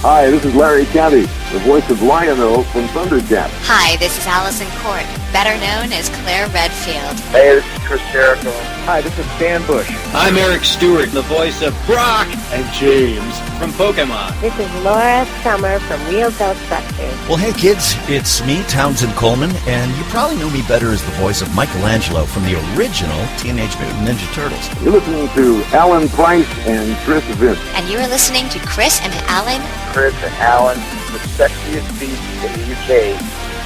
Hi, this is Larry County, the voice of Lionel from Thundercat. Hi, this is Allison Court, better known as Claire Redfield. Hey, this is Chris Jericho. Hi, this is Dan Bush. I'm Eric Stewart, the voice of Brock and James from Pokemon. This is Laura Summer from Real Ghostbusters. Well, hey kids, it's me, Townsend Coleman, and you probably know me better as the voice of Michelangelo from the original Teenage Mutant Ninja Turtles. You're listening to Alan Price and Chris Vince. And you are listening to Chris and Alan. Chris and Alan, the sexiest beat in the UK.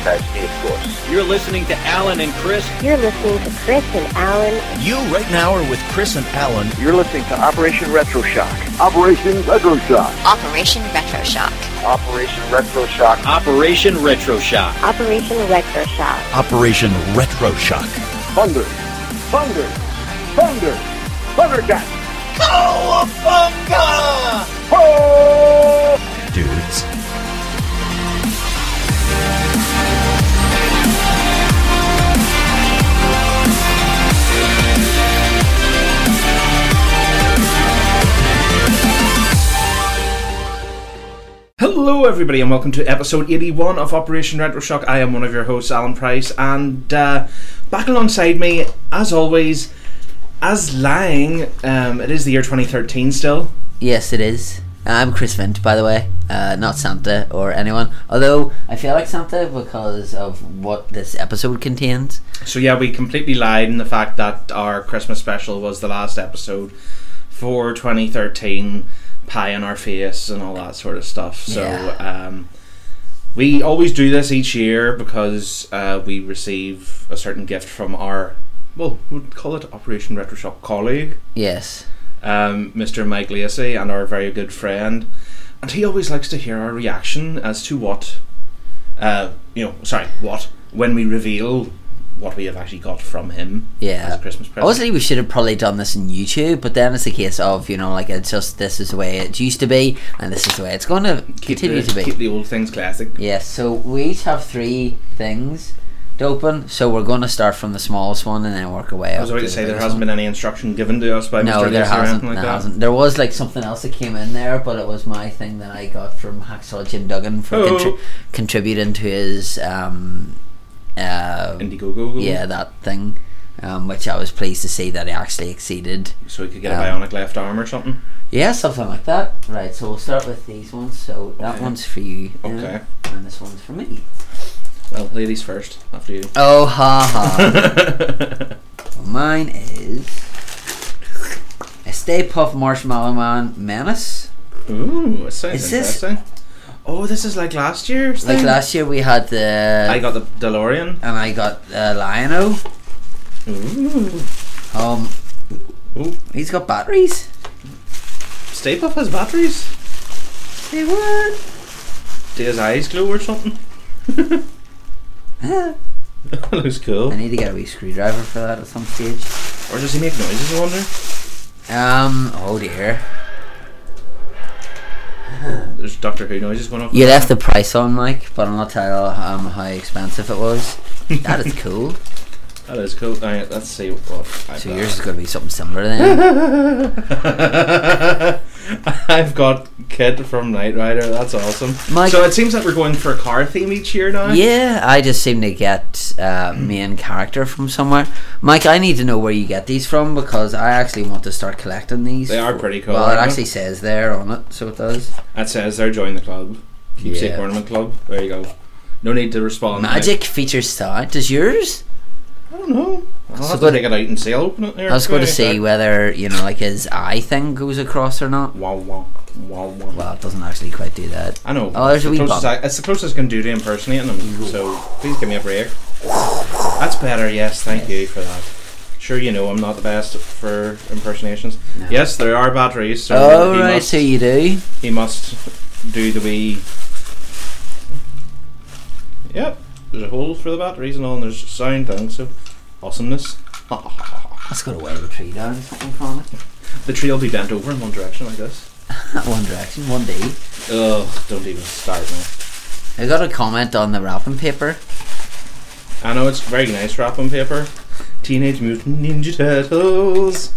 That's me, of course. You're listening to Alan and Chris. You're listening to Chris and Alan. You right now are with Chris and Alan. You're listening to Operation Retro Shock. Operation Retro Shock. Operation Retro Shock. Operation Retro Shock. Operation Retro Shock. Operation Retro Shock. Operation Retro Shock. Thunder. Thunder. Thunder. Thundercat. Cowabunga! Ho! Dudes. Hello, everybody, and welcome to episode 81 of Operation Retro Shock. I am one of your hosts, Alan Price, and uh, back alongside me, as always, as lying, um, it is the year 2013 still. Yes, it is. I'm Chris Vint, by the way, uh, not Santa or anyone. Although I feel like Santa because of what this episode contains. So, yeah, we completely lied in the fact that our Christmas special was the last episode for 2013, pie in our face and all that sort of stuff. So, Yeah. um, we always do this each year because uh, we receive a certain gift from our, well, we'll call it Operation Retro Shock colleague. Yes. um, Mr. Mike Lacey and our very good friend, and he always likes to hear our reaction as to what, uh, you know, sorry, what when we reveal what we have actually got from him. Yeah. as a Christmas present. Honestly, we should have probably done this on YouTube, but then it's a case of, you know, like, it's just this is the way it used to be, and this is the way it's going to keep continue the, to be. keep the old things classic. Yes, so we each have three things to open, so we're going to start from the smallest one and then work our way I up. was about to the say there biggest hasn't one. been any instruction given to us by No, Mr. there Lacey or hasn't. anything like there that. hasn't. There was like something else that came in there, but it was my thing that I got from Hacksaw Jim Duggan for Oh. contri- contributing to his, um, uh, Indiegogo. yeah, that thing, um, which I was pleased to see that he actually exceeded. So we could get a Um, bionic left arm or something. Yeah, something like that. Right, so we'll start with these ones. So that Okay. one's for you, Ian, Okay. and this one's for me. Well, ladies first. After you. Oh ha ha. Um, Mine is a Stay Puff Marshmallow Man Menace. Ooh, it sounds Is this- interesting. Oh, this is like last year's Like thing? last year, we had the Mm. I got the DeLorean. and I got uh, Lion-O. Ooh. Um, Ooh. he's got batteries. Stay Puft has batteries? They would. Do his eyes glow or something? Huh. that looks cool. I need to get a wee screwdriver for that at some stage. Or does he make noises, I wonder? Um, oh dear. There's Doctor Who noises going up. You left the price on, Mike, but I'm not tell um how expensive it was. That is cool. That is cool. Alright, let's see what I've So got. yours is gonna be something similar then. I've got Kid from Knight Rider. That's awesome. Mike- So it seems like we're going for a car theme each year now. yeah, I just seem to get uh, main character from somewhere. Mike, I need to know where you get these from because I actually want to start collecting these. They are pretty cool, Well, it aren't they? actually says there on it, so it does. That says they're join the club. Keepsake Yeah. Ornament Club. There you go. No need to respond. Magic features star. Does yours? I don't know. I'll have to good. take it out and see. I'll open it there. I was going to see Wow, whether you know, like his eye thing goes across or not. wow, wow, wow. Well, it doesn't actually quite do that. I know. Oh, there's it's, a wee the closest bump. I, it's the closest I can do to impersonating them. So please give me a break. That's better. Yes, thank you for that. Sure, you know I'm not the best for impersonations. No. Yes, there are batteries. So Oh he right, must, so you do. he must do the wee. Yep, there's a hole for the batteries and all, and there's sound thing. So awesomeness. That's got to wear the tree down or something from it. The tree will be bent over in one direction like this. One Direction, One D. Oh, don't even start me. I got a comment on the wrapping paper. I know it's very nice wrapping paper. Teenage Mutant Ninja Turtles.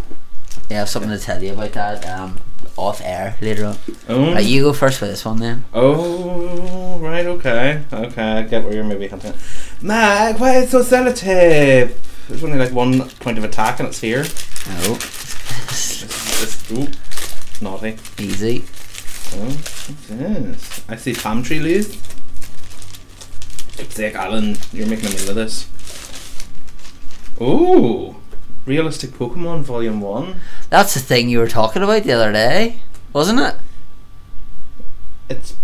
Yeah, I have something to tell you about that um, off air later on. Oh, Right, you go first for this one then. oh, right, okay, okay. I get where you're maybe hinting. Mag, why is so sellotape? There's only like one point of attack, and it's here. No, It's, ooh, naughty. easy. Oh, what's this? I see palm tree leaves. Dick Allen, you're making a meal of this. Ooh, realistic Pokemon Volume One. That's the thing you were talking about the other day, wasn't it? It's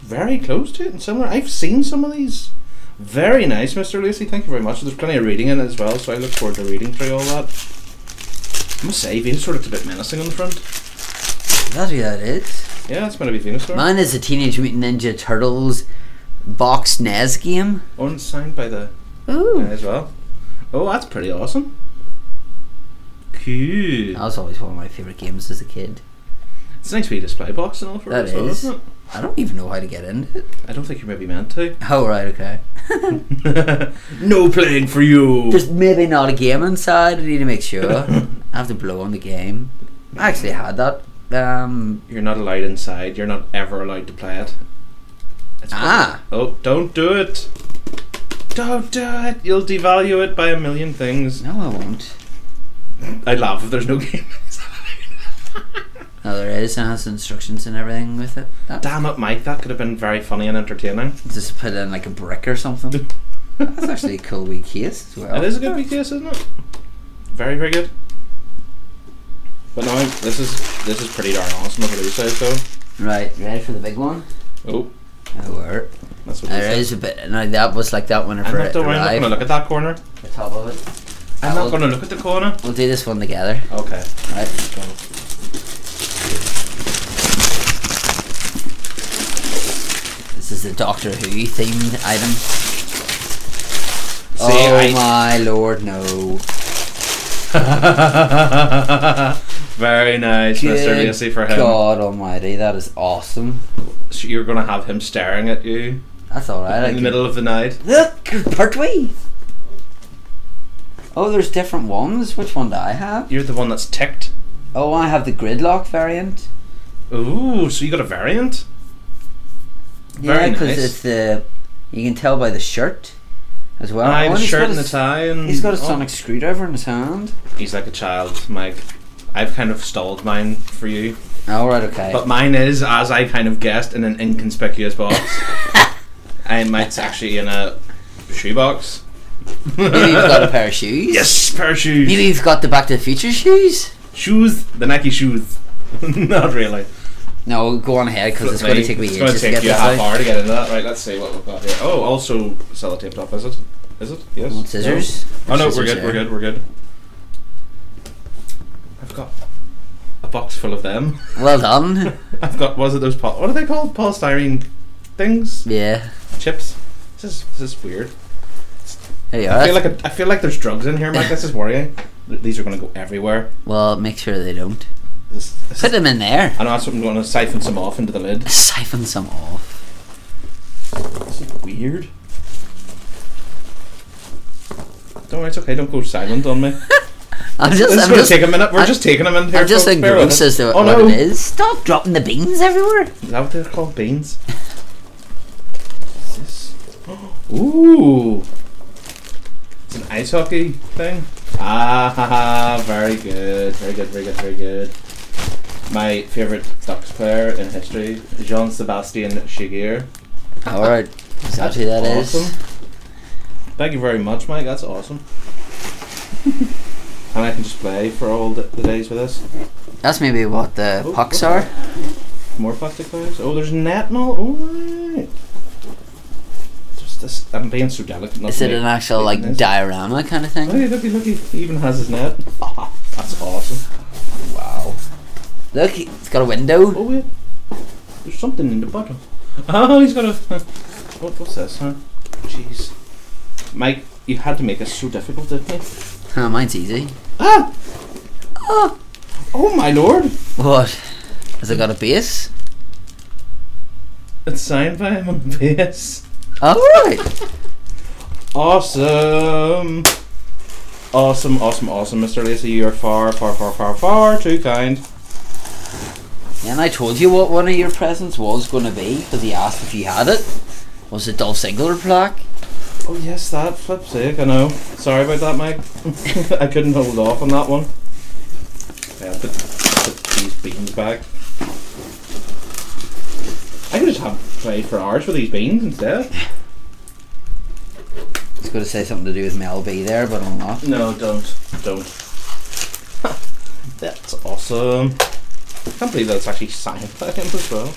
very close to it and similar. I've seen some of these. Very nice, Mr. Lacey. Thank you very much. There's plenty of reading in it as well, so I look forward to reading through all that. I must say, Venusaur looks a bit menacing on the front. That's what that is. Yeah, it's meant to be Venusaur. Mine is a Teenage Mutant Ninja Turtles box NES game. Or it's signed by the guy Ooh. as well. Oh, that's pretty awesome. Cool. That was always one of my favourite games as a kid. It's a nice wee display box and all for That it as well, is. isn't it? I don't even know how to get into it. I don't think you're maybe meant to. Oh, right, okay. no playing for you. There's maybe not a game inside. I need to make sure. I have to blow on the game. I actually had that. Um, You're not allowed inside. You're not ever allowed to play it. It's ah, Oh, don't do it. Don't do it. You'll devalue it by a million things. no, I won't. I laugh if there's no game. No, there is. It has instructions and everything with it. That, Damn it, Mike. That could have been very funny and entertaining. just put in like a brick or something. That's actually a cool wee case as well. It is a good wee case, isn't it? Very, very good. But no, this is this is pretty darn awesome over these days, though. Right, ready for the big one? Oh, Oh, word. that's what There it is. is a bit. No, that was like that I'm whenever not, it don't worry, I'm not going to arrived. look at that corner. The top of it. I'm I'll- not going to look at the corner. We'll do this one together. Okay. Right. This is the Doctor Who themed item. See, oh I- my lord, no. Very nice, Mr. Good Lacey, for him. God almighty, that is awesome. So you're going to have him staring at you That's alright. I in the can- middle of the night. Look, Pertwee! Oh, there's different ones. Which one do I have? You're the one that's ticked. Oh, I have the gridlock variant. Ooh, so you got a variant? Very yeah, because nice. it's the. You can tell by the shirt as well. Aye, the Oh, and he's got shirt and a the s- tie. And He's got a oh, sonic screwdriver in his hand. He's like a child, Mike. I've kind of stalled mine for you. All right, okay. But mine is, as I kind of guessed, in an inconspicuous box. and mine's actually in a shoebox. Maybe you've got a pair of shoes. Yes, pair of shoes. Maybe you've got the Back to the Future shoes. Shoes, the Nike shoes. Not really. No, go on ahead because it's going to Mate, take me it's ages gonna to take get you a this half out. hour to get into that. Right, let's see what we've got here. Oh, also sellotaped up, is it? Is it? Yes. Want Scissors. No? Oh no, we're Scissors good. there. We're good. We're good. I've got a box full of them. Well done. I've got. Was it those? Poly- what are they called? Polystyrene things? yeah. Chips. This is this is weird. There you I are. feel like a, I feel like there's drugs in here, Mike. This is worrying. Th- These are gonna go everywhere. well, make sure they don't. This, this Put is, them in there. I know that's what I'm gonna siphon some off into the lid. Siphon some off. This is weird. Don't worry, it's okay. Don't go silent on me. I'm this just. is I'm gonna just. take a minute. We're I'm- just taking a minute here. I'm just folks, bear with engrossed us. as to oh, what no. it is. Stop dropping the beans everywhere. Is that what they're called? Beans? What's this? Ooh! It's an ice hockey thing. Ah, ha, ha. very good, very good, very good, very good. My favourite Ducks player in history, Jean Sebastian Chiguer. All right. Is that who that is? Thank you very much, Mike. That's awesome. and I can just play for all the, the days with this. That's maybe what the Oh, pucks what? are. More plastic bags. Oh, there's net and all. Oh, right. Just this. I'm being so delicate. not Is to it make- an actual like make this. diorama kind of thing? Hey, looky, looky. He even has his net. That's awesome. Wow. Look, it's got a window. Oh wait, there's something in the bottom. Oh, he's got a. What, what's this? Huh? Jeez, Mike, you had to make it so difficult, didn't you? Oh, mine's easy. Ah! Ah! Oh my lord! What? Has it got a bass? It's signed by him on bass. Oh, right. Awesome. Awesome, awesome, awesome, Mr. Lacey. You are far, far, far, far, far too kind. And I told you what one of your presents was going to be because he asked if you had it. Was it Dolph Ziggler plaque? Oh, yes, that flip's sake, I know. Sorry about that, Mike. I couldn't hold off on that one. Yeah, put, put these beans back. I could just have played for hours with these beans instead. I was going to say something to do with Mel B there, but I'm not. No, don't. Don't. That's awesome. can't believe that's actually signed by him as well.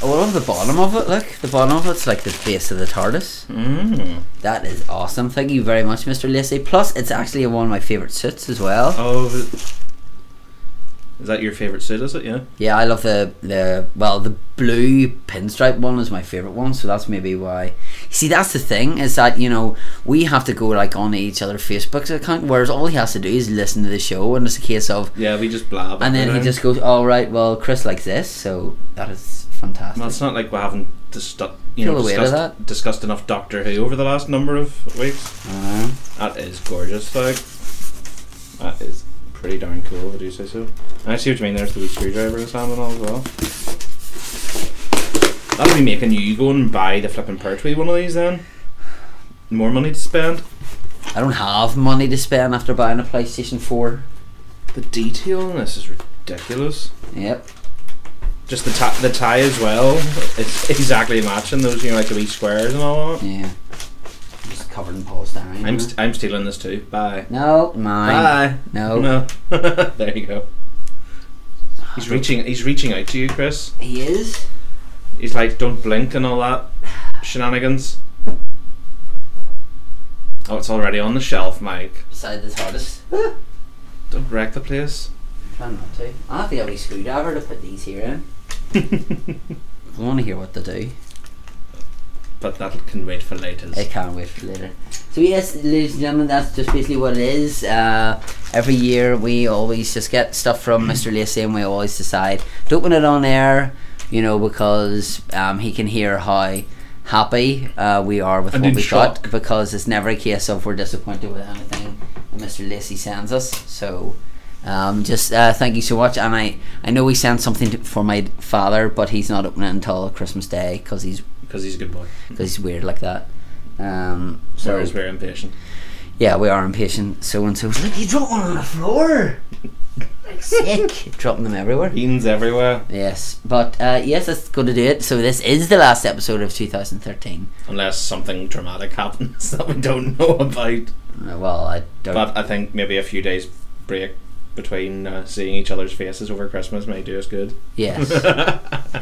Oh, I love the bottom of it. Look, the bottom of it's like the base of the TARDIS. Mm. That is awesome. Thank you very much, Mr. Lacey. Plus, it's actually one of my favourite suits as well. Oh, is that your favourite suit, is it? Yeah. Yeah, I love the the well the blue pinstripe one is my favorite one, so that's maybe why. See, that's the thing is that you know we have to go like on each other Facebook's account, whereas all he has to do is listen to the show, and it's a case of Yeah, we just blab. and then he everything. just goes, all right, well Chris likes this, so that is fantastic. Well, it's not like we haven't discussed, you Feel know, aware of discussed, that. discussed enough Doctor Who over the last number of weeks. I dunno. That is gorgeous, like. That is pretty darn cool, would you say so? And I see what you mean, there's the wee screwdriver and Sam and all as well. That'll be making you go and buy the flipping Pertwee one of these then. More money to spend. I don't have money to spend after buying a PlayStation Four. The detail on this is ridiculous. Yep. Just the, ta- the tie as well. It's exactly matching those, you know, like the wee squares and all that. Yeah. Just covered in polystyrene. I'm, st- I'm stealing this too. Bye. no, mine. Bye. No. No. there you go. He's reaching. He's reaching out to you, Chris. He is. He's like, don't blink and all that shenanigans. Oh, it's already on the shelf, Mike. beside the TARDIS. Don't wreck the place. Try not to. I have to have a screwdriver to put these here in. I want to hear what they do. but that can wait for later. I can't wait for later. So yes, ladies and gentlemen, that's just basically what it is. Uh, every year we always just get stuff from Mr. Lacey and we always decide to open it on air, you know, because um, he can hear how happy uh, we are with And what in we shock. got because it's never a case of we're disappointed with anything that Mr. Lacey sends us. So um, just uh, thank you so much. And I, I know we sent something to, for my father, but he's not opening it until Christmas Day because he's Because he's a good boy. because he's weird like that. Um, so Whereas we're impatient. yeah, we are impatient. So and so, look, you dropped one on the floor. Sick, dropping them everywhere. Beans everywhere. Yes, but uh, yes, that's going to do it. So this is the last episode of 2013. Unless something dramatic happens that we don't know about. Uh, well, I don't. But I think maybe a few days break between uh, seeing each other's faces over Christmas may do us good. yes,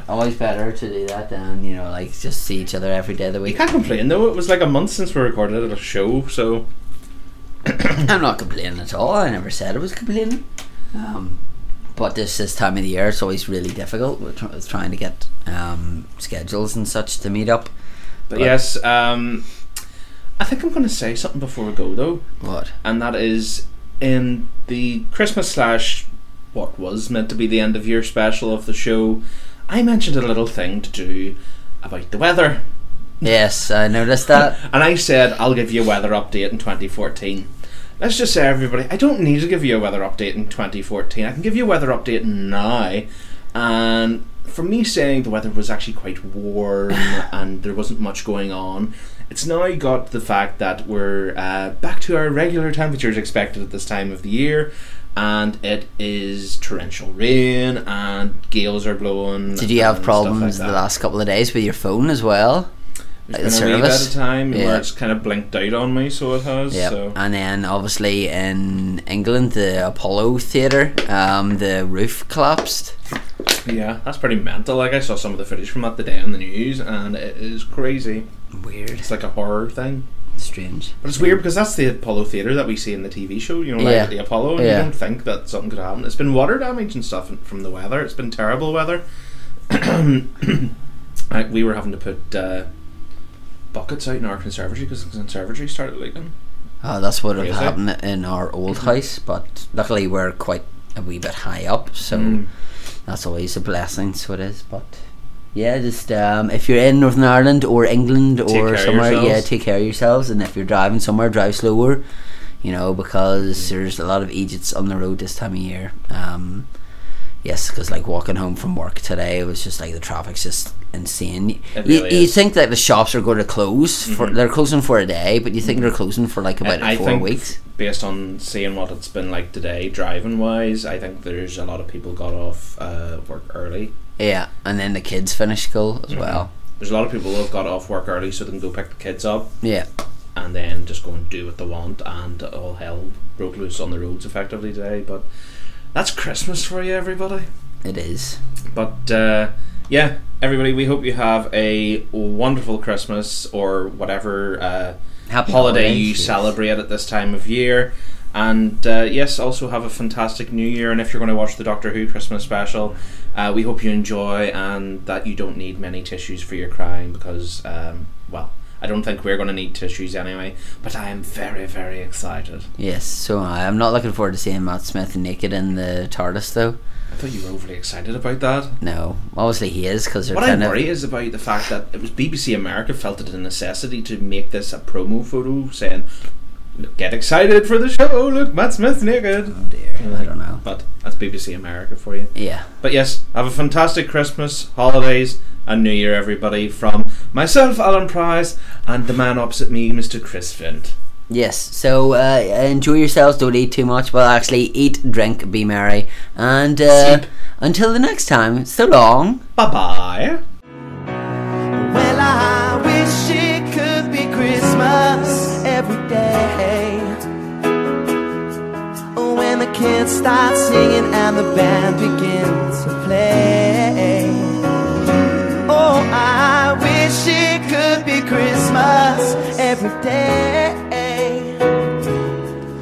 always better to do that than you know, like just see each other every day of the You week. can't complain though. It was like a month since we recorded a show, so I'm not complaining at all. I never said I was complaining. Um, but this this time of the year, it's always really difficult with, tr- with trying to get um, schedules and such to meet up. But yes, um, I think I'm going to say something before we go though, What? and that is in the Christmas slash what was meant to be the end of year special of the show, I mentioned a little thing to do about the weather, Yes, I noticed that. and I said I'll give you a weather update in 2014. Let's just say everybody, I don't need to give you a weather update in 2014. I can give you a weather update now, and for me saying the weather was actually quite warm and there wasn't much going on. It's now got the fact that we're uh, back to our regular temperatures expected at this time of the year, and it is torrential rain and gales are blowing. Did you have and stuff like problems that. the last couple of days with your phone as well? There's like the been a wee bit service? of time Yeah. where it's kind of blinked out on me, so it has. Yep. So. And then obviously in England, the Apollo Theatre, um, the roof collapsed. Yeah, that's pretty mental. Like I saw some of the footage from that today on the news, and it is crazy. Weird. It's like a horror thing, Strange. but it's weird because that's the Apollo theater that we see in the TV show. You know, like Yeah. the Apollo, and Yeah. you don't think that something could happen. It's been water damage and stuff from the weather. It's been terrible weather. like we were having to put uh, buckets out in our conservatory because the conservatory started leaking. Uh, that's what had Crazy. happened in our old Mm-hmm. house, but luckily we're quite a wee bit high up, so Mm. that's always a blessing. So it is, but yeah, just um, if you're in Northern Ireland or England Take care or of somewhere, yeah, yourselves. take care of yourselves. And if you're driving somewhere, drive slower, you know, Mm. because there's a lot of Egypts on the road this time of year. Um, yes, because like walking home from work today, it was just like the traffic's just insane. It You, really you is. think that the shops are going to close for they're closing for a day, but you think they're closing for like about And Mm-hmm. I four think weeks. Based on seeing what it's been like today, driving wise, I think there's a lot of people got off uh, work early. Yeah, and then the kids finish school Mm-hmm. as well. There's a lot of people who have got off work early so they can go pick the kids up Yeah, and then just go and do what they want, and all hell broke loose on the roads effectively today. But that's Christmas for you, everybody. it is. But uh, yeah, everybody, we hope you have a wonderful Christmas or whatever uh, Happy holiday holidays, you yes. celebrate at this time of year. And uh, yes, also have a fantastic New Year. And if you're going to watch the Doctor Who Christmas special, uh, we hope you enjoy and that you don't need many tissues for your crying because, um, well, I don't think we're going to need tissues anyway. But I am very, very excited. Yes, so I- I'm not looking forward to seeing Matt Smith naked in the TARDIS though. I thought you were overly excited about that. No, obviously he is because they're What I kind worry of is about the fact that it was BBC America felt it a necessity to make this a promo photo saying, "Look, "Get excited for the show! Look, Matt Smith's naked." Oh dear, I don't know. But that's BBC America for you. Yeah, But yes, have a fantastic Christmas, holidays, and New Year, everybody. From myself, Alan Price, and the man opposite me, Mr. Chris Vint. yes. So uh, enjoy yourselves. Don't eat too much. Well, actually, eat, drink, be merry, and uh, Sip. until the next time. So long. Bye bye. Well, I wish it could be Christmas every day. Oh, When the kids start singing and the band begins to play. Oh, I wish it could be Christmas every day.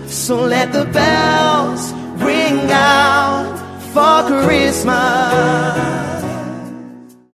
So let the bells ring out for Christmas.